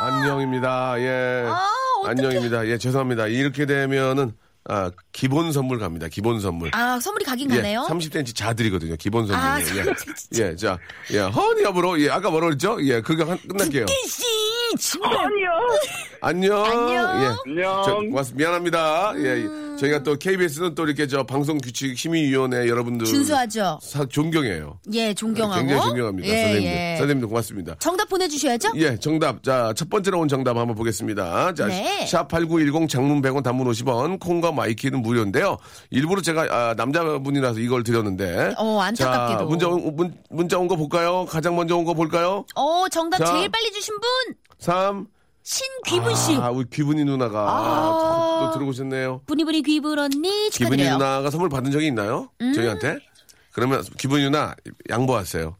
안녕입니다. 예. 아, 어떡해. 안녕입니다. 예, 죄송합니다. 이렇게 되면은 아, 기본 선물 갑니다. 기본 선물. 아, 선물이 가긴 가네요. 예, 30cm 자들이거든요. 기본 선물. 아, 예, 예. 예, 자, 예, 허니업으로 예, 아까 뭐라 그랬죠? 예, 그거 한, 끝날게요. 씨, 음, 정말 아니요 안녕. 안녕. 예. 안녕. 저, 고맙습- 미안합니다. 예, 저희가 또 KBS는 또 이렇게 저 방송 규칙 심의위원회 여러분들 준수하죠. 사- 존경해요. 예, 존경하고. 굉장히 존경합니다, 예, 선생님들. 예. 선생님들 고맙습니다. 정답 보내주셔야죠. 예, 정답. 자, 첫 번째로 온 정답 한번 보겠습니다. 자, 네. 샵8910 장문 100원 단문 50원, 콩과 마이키는 무료인데요. 일부러 제가 아, 남자분이라서 이걸 드렸는데. 어, 안타깝게도. 자, 문자, 온- 문, 문자 온 거 볼까요? 가장 먼저 온 거 볼까요? 어, 정답 자. 제일 빨리 주신 분 3. 신귀분 씨. 아, 우리 귀분이 누나가 아. 또, 또 들어오셨네요. 부니부니 귀분 언니 귀분이 축하드려요. 음. 누나가 선물 받은 적이 있나요? 저희한테? 그러면 귀분이 누나 양보하세요.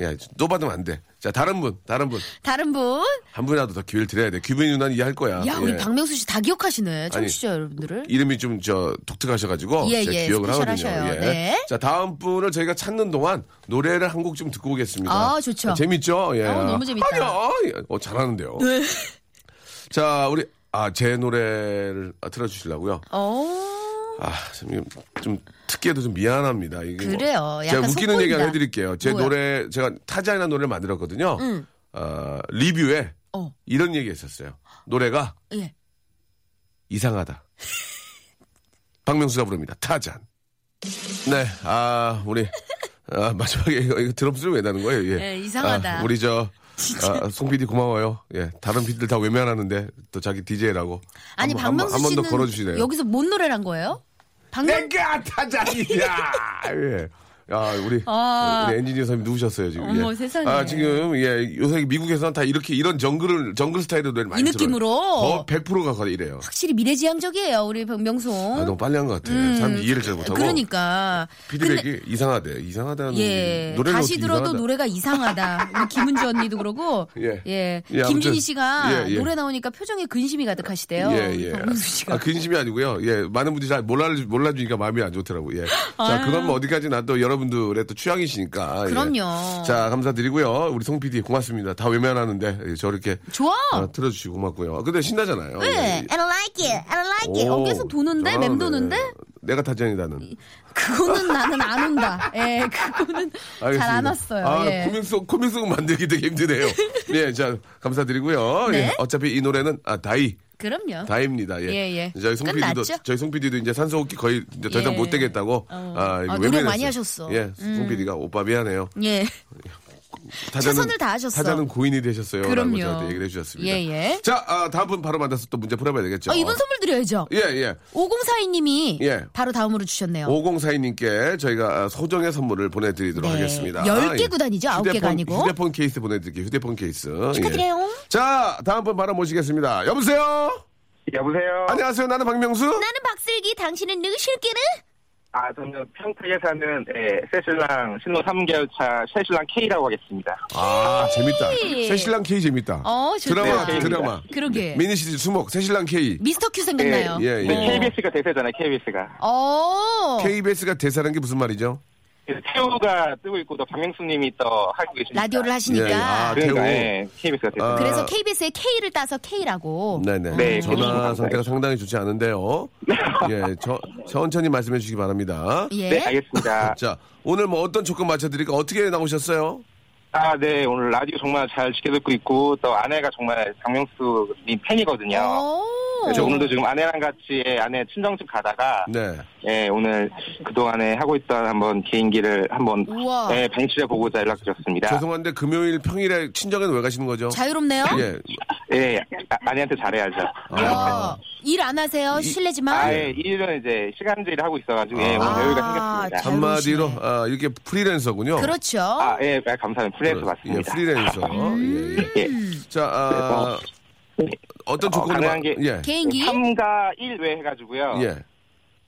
예, 또 받으면 안 돼. 자, 다른 분, 다른 분. 다른 분. 한 분이라도 더 기회를 드려야 돼. 귀분이 누나는 이해할 거야. 야, 우리 예. 박명수 씨 다 기억하시네. 청취자 여러분들을. 이름이 좀 저 독특하셔가지고 예, 제가 예, 기억을 하거든요. 스페셜하셔요. 예. 네. 자 다음 분을 저희가 찾는 동안 노래를 한 곡 좀 듣고 오겠습니다. 아, 좋죠. 아, 재밌죠? 예. 어, 너무 재밌다. 네. 아니요, 예. 어, 잘하는데요. 자 우리 아 제 노래를 아, 틀어주시려고요. 어. 아, 좀, 좀 특기에도 좀 미안합니다. 이게 뭐- 그래요. 제가 약간 웃기는 얘기 하나 속보인다. 해드릴게요. 제 뭐야? 노래 제가 타자이나 노래를 만들었거든요. 응. 어, 리뷰에 어. 이런 얘기 했었어요. 노래가 예. 이상하다. 박명수가 부릅니다. 타잔. 네, 아, 우리, 아, 마지막에 이거, 이거 드럼스를 왜 나는 거예요? 예. 예, 이상하다. 아, 우리 저, 아, 송 PD 고마워요. 예, 다른 PD들 다 외면하는데 또 자기 DJ라고. 아니 박명수 한번 더 씨는 걸어주시네요. 여기서 뭔 노래를 한 거예요? 박명 내가 타잔이야! 예. 아, 우리, 아. 우리 엔지니어 선생님 누우셨어요, 지금. 어머, 예. 세상에. 아, 지금, 예, 요새 미국에서는 다 이렇게, 이런 정글을, 정글 스타일의 노래를 많이 이 느낌으로? 들어요. 더 100%가 거의 이래요. 확실히 미래지향적이에요 우리 명송. 아, 너무 빨리 한 것 같아. 음. 사람들이 이해를 잘 못하고. 그러니까. 피드백이 이상하대. 이상하다는. 예. 노래를 다시 어떻게 들어도 이상하다. 노래가 이상하다. 우리 김은주 언니도 그러고. 예. 예. 예, 아무튼. 김준희 씨가 예, 예. 노래 나오니까 표정에 근심이 가득하시대요. 예, 예. 박명수 씨가. 아, 근심이 아니고요. 예, 많은 분들이 잘 몰라, 몰라주니까 마음이 안 좋더라고. 예. 자, 아유. 그건 뭐 어디까지나 또 여러분들의 또 취향이시니까. 예. 그럼요. 자, 감사드리고요. 우리 송 PD 고맙습니다. 다 외면하는데 예, 저렇게 좋아. 아, 틀어주시고 고맙고요. 근데 신나잖아요. 왜? 예. I don't like it. I don't like it. 오, 네. 아, 어깨에서 도는데? 잘하네. 맴도는데? 내가 타잔이다는. 그거는 나는 안 온다. 예, 그거는 잘 안 왔어요. 아, 예. 코믹송, 코믹송 만들기 되게 힘드네요. 예, 자, 감사드리고요. 네. 예, 어차피 이 노래는, 아, 다이. 그럼요. 다입니다. 예. 어? 예, 예. 저희 송 PD도 끝났죠? 저희 송 PD도 이제 산소 호흡기 거의 이제 더 이상 예. 못 되겠다고 어. 아, 아, 이거 노력 외면했어요. 많이 하셨어. 예, 송 음. PD가 오빠 미안해요. 예. 타자는- 최선을 다하셨어. 타자는 고인이 되셨어요. 라고 그럼요. 저한테 얘기를 해주셨습니다. 예, 예. 자, 아, 다음 분 바로 만나서 또 문제 풀어봐야 되겠죠. 어, 이분 선물 드려야죠. 예, 예. 5042님이 예. 바로 다음으로 주셨네요. 5042님께 저희가 아, 소정의 선물을 보내드리도록 네. 하겠습니다. 열 아, 개 예. 구단이죠? 아홉 개가 휴대폰- 아니고. 휴대폰 케이스 보내드릴게요. 휴대폰 케이스. 축하드려요. 예. 자, 다음 분 바로 모시겠습니다. 여보세요? 여보세요? 안녕하세요. 나는 박명수? 나는 박슬기, 당신은 누구실게는? 아, 저는 평택에 사는 예, 새신랑 신혼 3개월 차 새신랑 K라고 하겠습니다. 아 재밌다. K. 새신랑 K 재밌다. 어, 좋다. 드라마 네, 드라마. 그러게. 미니 시리즈 수목 새신랑 K. 미스터 큐 생각나요. 네. 예, 예. 근데 KBS가 대세잖아요, KBS가. 어. KBS가 대사라는 게 무슨 말이죠? 태우가 뜨고 있고 또 박명수님이 또 하고 계십니다. 라디오를 하시니까. 예, 아, 그러니까 태우. 예, KBS가 대세. 아, 그래서 KBS의 K를 따서 K라고. 네네. 네, 전화 KBS. 상태가 상당히 좋지 않은데요. 예, 저, 천천히 말씀해 주시기 바랍니다. 예. 네, 알겠습니다. 자, 오늘 뭐 어떤 조건 맞춰드릴까? 어떻게 나오셨어요? 아, 네, 오늘 라디오 정말 잘 지켜듣고 있고 또 아내가 정말 박명수님 팬이거든요. 어. 오. 그래서 오늘도 지금 아내랑 같이 예, 아내 친정집 가다가 어. 네. 예, 오늘 그동안에 하고 있던 한번 개인기를 한번 우와. 예, 방출해 보고자 연락드렸습니다. 죄송한데 금요일 평일에 친정에는 왜 가시는 거죠? 자유롭네요. 예. 예, 아, 아내한테 잘해야죠. 아, 어, 일 안 하세요? 실례지만. 아, 예, 일은 이제 시간제를 하고 있어가지고, 예, 오늘 아. 여유가 생겼습니다. 참. 한마디로 자유로우시네. 아, 이렇게 프리랜서군요. 그렇죠. 아, 예, 아, 감사합니다. 프리랜서 예, 맞습니다. 프리랜서. 예, 예. 예. 음. 자, 아, 어떤 어, 조건을 가능한 마- 게- 어. 예. 개인기. 3가 1외 해가지고요. 예.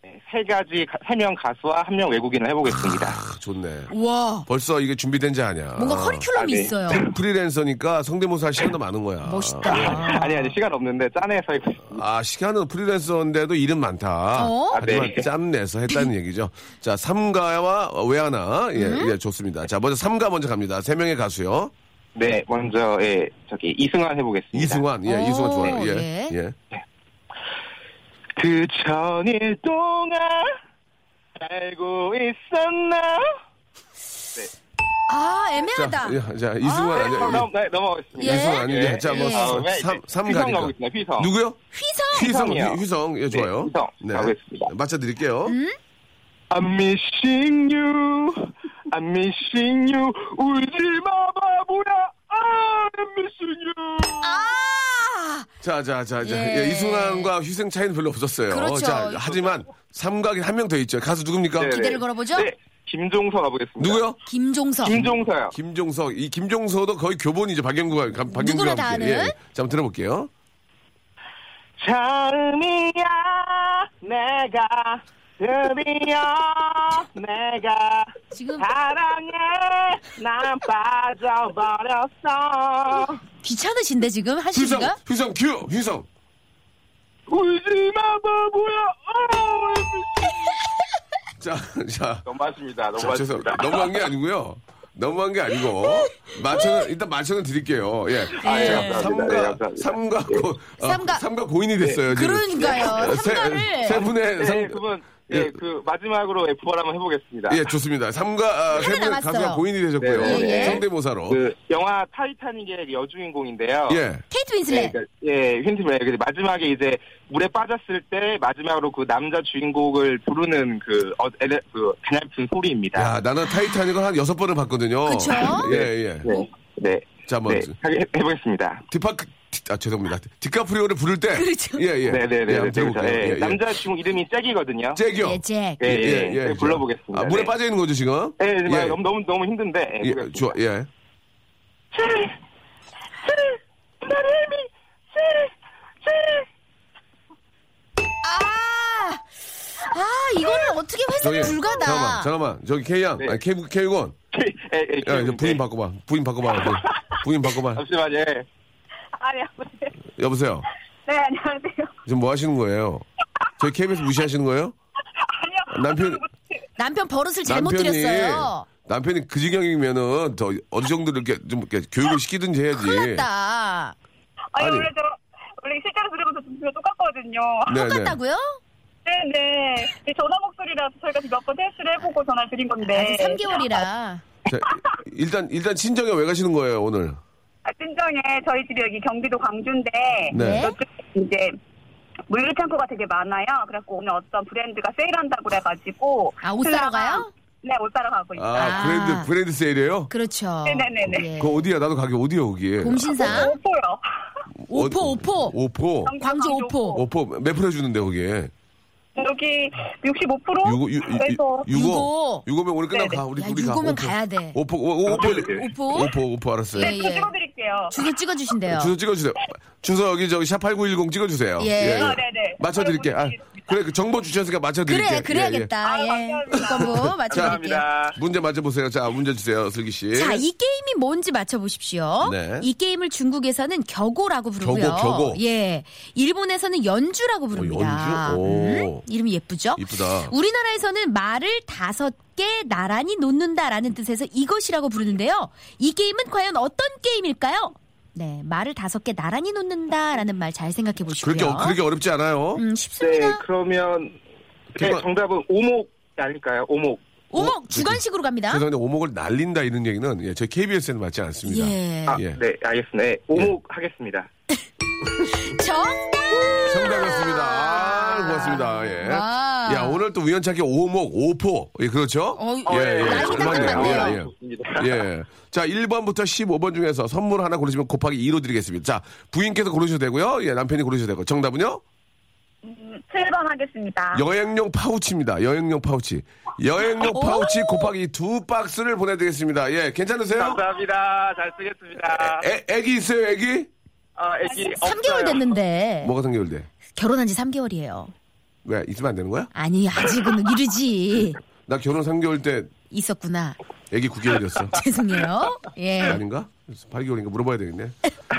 예, 세 가지, 가- 세명 가수와 한 명 외국인을 해보겠습니다. 아, 좋네. 와. 벌써 이게 준비된 지 아냐. 뭔가 커리큘럼이 아, 네. 있어요. 프리랜서니까 성대모사 할 시간도 많은 거야. 멋있다. 아니, 아니, 시간 없는데, 짠해서 해보겠습니다. 아, 시간은 프리랜서인데도 일은 많다. 어? 아, 네. 하지만 짬내서 했다는 얘기죠. 자, 삼가와 외하나. 예, 음? 예, 좋습니다. 자, 먼저 삼가 먼저 갑니다. 세 명의 가수요. 네, 먼저, 예, 저기, 이승환 해보겠습니다. 이승환. 예, 오, 이승환 좋아요. 예. 예. 예. 그 천일 동안 알고 있었나? 아, 자, 애매하다. 예, 자, 이승환 네, 아니야. 넘, 네, 넘어가겠습니다. 예? 이승환 아니야. 예, 자, 뭐 예. 아, 삼, 삼 휘성 가니까. 가보겠습니다, 휘성. 누구요? 휘성. 휘성, 휘성이요. 네, 휘- 휘성, 예, 좋아요. 휘성 가보겠습니다. 맞춰 드릴게요. 음. I'm missing you. I'm missing you. 울지 마, 바보야. I'm missing you. 아. 자, 자, 자, 자. 예. 예, 이승환과 희생 차이는 별로 없었어요. 그렇죠. 자, 하지만 삼각이 한 명 더 있죠. 가수 누굽니까? 네, 네. 기대를 걸어보죠. 네, 김종서 아, 가보겠습니다. 누구요? 김종석. 김종서요. 김종석. 이 김종서도 거의 교본이죠. 박영구가 가- 박영구가 누구나 함께. 다 아는? 예. 자, 한번 들어볼게요. 처음이야, 내가. 드디어 내가 지금 사랑에 난 빠져버렸어 귀찮으신데 지금 한 휘성, 시가? 휘성 큐, 휘성. 울지 마 바보야 아, 자, 자. 너무 맛있습니다 너무 자, 죄송. 맛있습니다 너무한 게 아니고요. 너무한 게 아니고 맞춰는 일단 맞춰는 드릴게요. 예. 예. 제가 네, 삼가 감사합니다. 삼가 고 어, 아, 삼가. 삼가 고인이 됐어요. 지금. 그러니까요. 세, 삼가를. 세 분의 삼, 네, 그분 예, 예. 그 마지막으로 F1 한번 해보겠습니다. 예, 좋습니다. 삼가 아, 세 분의 남았어요. 가수가 고인이 되셨고요. 네, 네, 네. 성대모사로. 그 영화 타이타닉의 여주인공인데요. 예. 케이트 예, 윈슬렛. 그러니까, 예, 힌트를 그 마지막에 이제 물에 빠졌을 때 마지막으로 그 남자 주인공을 부르는 그 어, 에레, 그 가냘픈 소리입니다. 야, 나는 타이타닉을 한 여섯 번을 봤거든요. 그쵸? 예, 예. 네, 네, 자, 뭐 네, 하- 해보겠습니다. 디파크 티- 아, 죄송합니다. 디카프리오를 부를 때. 그렇죠. 예, 예. 네네네. 예, 한번 네, 들어볼게요. 그렇죠. 예, 예, 예. 남자친구 이름이 잭이거든요. 잭이요? 예, 잭. 예, 예. 예. 불러보겠습니다. 아, 물에 네. 빠져 있는 거죠, 지금? 예, 예. 너무, 너무, 너무 힘든데. 예, 예, 좋아, 예. 나름이 아, 아 이거는 어떻게 저기, 회수가 불가다. 잠깐만, 잠깐만. 저기 K양, 네. 아니, K, K군. 야, 이제 부인 바꿔봐. 부인 바꿔봐. 부인, 부인 바꿔봐. 잠시만요. 예, 아니 아버지. 여보세요. 네 안녕하세요. 지금 뭐 하시는 거예요? 저희 KBS 무시하시는 거예요? 아니요. 남편, 남편 버릇을 잘못 남편이, 들였어요. 남편이 그 지경이면은 더 어느 정도 이렇게 좀 이렇게 교육을 시키든지 해야지. 큰일 났다. 네. 아니, 아니. 원래 저 원래 실제로 들어보서 목소리가 똑같거든요. 네, 네. 똑같다고요? 네네. 이 전화 목소리라서 저희가 몇 번 테스트를 해보고 전화 드린 건데. 아직 네. 3개월이라. 자, 일단, 일단 친정에 왜 가시는 거예요, 오늘? 아, 친정에 저희 집이 여기 경기도 광주인데 네. 저쪽에 이제 물류 창고가 되게 많아요. 그래갖고 오늘 어떤 브랜드가 세일한다고 그래가지고 아옷 사러 가요? 네, 옷 사러 가고 있어요. 아, 브랜드, 브랜드 세일이에요? 그렇죠. 네네네. 그거 어디야? 나도 가게 어디야, 거기? 곰신사? 오포요. 오포, 오포. 오포. 광주 오포. 오포, 몇 프로 해주는데, 거기에? 여기 65%? 유고, 유, 그래서 유, 유고. 유고면 오늘 끝나고 가. 우리, 야, 우리 가. 유고면 오포. 가야 돼. 오포, 오, 오, 오포, 오포? 예, 오포, 오포, 알았어요. 네, 또 찍어드릴게요. 주소 찍어주신대요. 주소 찍어주세요. 주소 여기 저기 샵8910 찍어주세요. 예. 아, 네네. 맞춰드릴게. 아, 그래, 그 정보 주셨으니까 예. 맞춰드릴게. 그래, 그래야겠다. 예. 이거 맞춰드릴게요. 문제 맞춰보세요. 자, 문제 주세요, 슬기씨. 자, 이 게임이 뭔지 맞춰보십시오. 예? 네. 이 게임을 중국에서는 겨고라고 부르고요. 겨고, 겨고. 예. 일본에서는 연주라고 부릅니다. 연주? 음? 오. 이름이 예쁘죠? 이쁘다. 우리나라에서는 말을 다섯 개 나란히 놓는다라는 뜻에서 이것이라고 부르는데요. 이 게임은 과연 어떤 게임일까요? 네, 말을 다섯 개 나란히 놓는다라는 말 잘 생각해 보시고요. 그렇게, 어- 그렇게 어렵지 않아요? 음, 쉽습니다. 네, 그러면 네, 그거- 정답은 오목 아닐까요? 오목. 어? 오목 주관식으로 갑니다. 죄송한데, 오목을 날린다 이런 얘기는 예, 저희 KBS에는 맞지 않습니다. 예. 아, 네, 알겠습니다. 예. 네, 오목 하겠습니다. 정답! 정답이었습니다. 아, 고맙습니다. 예. 와. 야, 오늘 또 우연찮게 오목, 오포. 예, 그렇죠? 어, 예, 어, 예. 라인이 잘 맞네요. 따뜻하네요. 예, 아, 예. 예. 자, 1번부터 15번 중에서 선물 하나 고르시면 곱하기 2로 드리겠습니다. 자, 부인께서 고르셔도 되고요. 예, 남편이 고르셔도 되고. 정답은요? 음, 7번 하겠습니다. 여행용 파우치입니다. 여행용 파우치. 여행용 오! 파우치 곱하기 두 박스를 보내드리겠습니다. 예, 괜찮으세요? 감사합니다. 잘 쓰겠습니다. 애, 애기 있어요, 애기? 아, 애기 삼개월 없어요. 됐는데 뭐가 3개월 돼? 결혼한 지 3개월이에요. 왜, 있으면 안 되는 거야? 아니 아직은 이르지 나 결혼 3개월 때 있었구나. 애기 9개월이었어. 죄송해요. 예. 아닌가? 8개월인가 물어봐야 되겠네.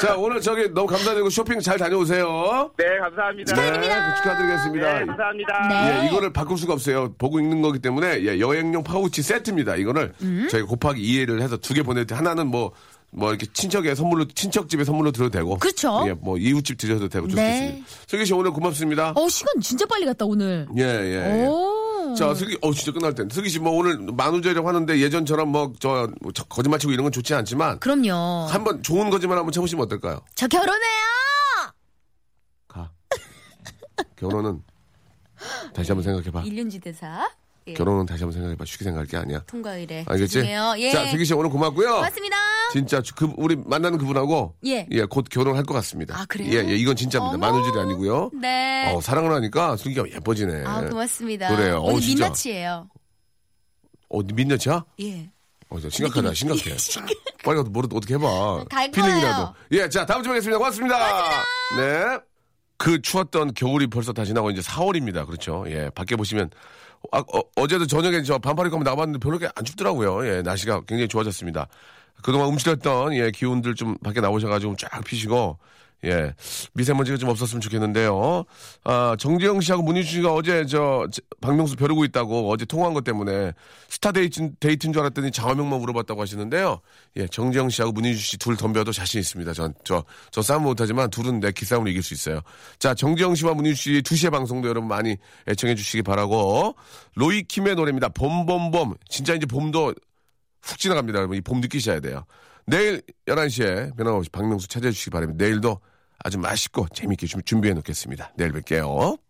자, 오늘 저기 너무 감사드리고 쇼핑 잘 다녀오세요. 네, 감사합니다. 네, 축하드리겠습니다. 네, 감사합니다. 아. 예, 이거를 바꿀 수가 없어요. 보고 읽는 거기 때문에 예, 여행용 파우치 세트입니다. 이거를 음? 저희가 곱하기 2회를 해서 두 개 보내드 하나는 뭐, 뭐 이렇게 친척의 선물로, 친척집에 선물로 드려도 되고. 그쵸. 예, 뭐 이웃집 드셔도 되고 네. 좋겠습니다. 슬기 씨 오늘 고맙습니다. 어 시간 진짜 빨리 갔다 오늘. 예, 예. 예. 오. 자, 슬기, 어, 진짜 끝날 텐데. 슬기 씨, 뭐, 오늘 만우절이라고 하는데 예전처럼 뭐, 저, 뭐 저- 거짓말 치고 이런 건 좋지 않지만. 그럼요. 한번 좋은 거짓말 한번 쳐보시면 어떨까요? 저 결혼해요. 가. 결혼은 다시 한번 생각해봐. 일륜지 대사. 예. 결혼은 다시 한번 생각해봐. 쉽게 생각할 게 아니야. 통과일에. 알겠지? 죄송해요. 예. 자, 슬기 씨 오늘 고맙고요. 고맙습니다. 진짜 주- 그 우리 만나는 그분하고 예. 곧 결혼할 것 같습니다. 아, 그래요? 예, 예, 이건 진짜입니다. 어머. 만우절이 아니고요. 네. 어, 사랑을 하니까 슬기가 예뻐지네. 아 고맙습니다. 그래요. 오늘 어우, 진짜. 민낯이에요. 어, 민낯이야? 예. 어, 저 심각하다. 심각해. 빨리 가서 뭐라도 어떻게 해봐. 갈 필링이라도. 거예요. 예, 자, 다음 주에 뵙겠습니다. 고맙습니다. 네. 그 추웠던 겨울이 벌써 다시 나고 이제 4월입니다. 그렇죠. 예, 밖에 보시면. 아, 어, 제도 저녁에 저 반팔 입고 한번 나봤는데 별로 이렇게 안 춥더라고요. 예, 날씨가 굉장히 좋아졌습니다. 그동안 움츠렸던 예, 기운들 좀 밖에 나오셔가지고 쫙 피시고 예, 미세먼지가 좀 없었으면 좋겠는데요. 아, 정재영 씨하고 문희주 씨가 어제 저 제- 박명수 벼르고 있다고 어제 통화한 것 때문에 스타 데이트, 데이트인 줄 알았더니 장화명만 물어봤다고 하시는데요. 예, 정재영 씨하고 문희주 씨 둘 덤벼도 자신 있습니다. 전, 저, 저 싸움 못하지만 둘은 내 기싸움을 이길 수 있어요. 자, 정재영 씨와 문희주 씨 2시에 방송도 여러분 많이 애청해 주시기 바라고 로이킴의 노래입니다. 봄봄봄. 진짜 이제 봄도 훅 지나갑니다. 여러분 이 봄 느끼셔야 돼요. 내일 11시에 변함없이 박명수 찾아주시기 바랍니다. 내일도 아주 맛있고 재미있게 준비해 놓겠습니다. 내일 뵐게요.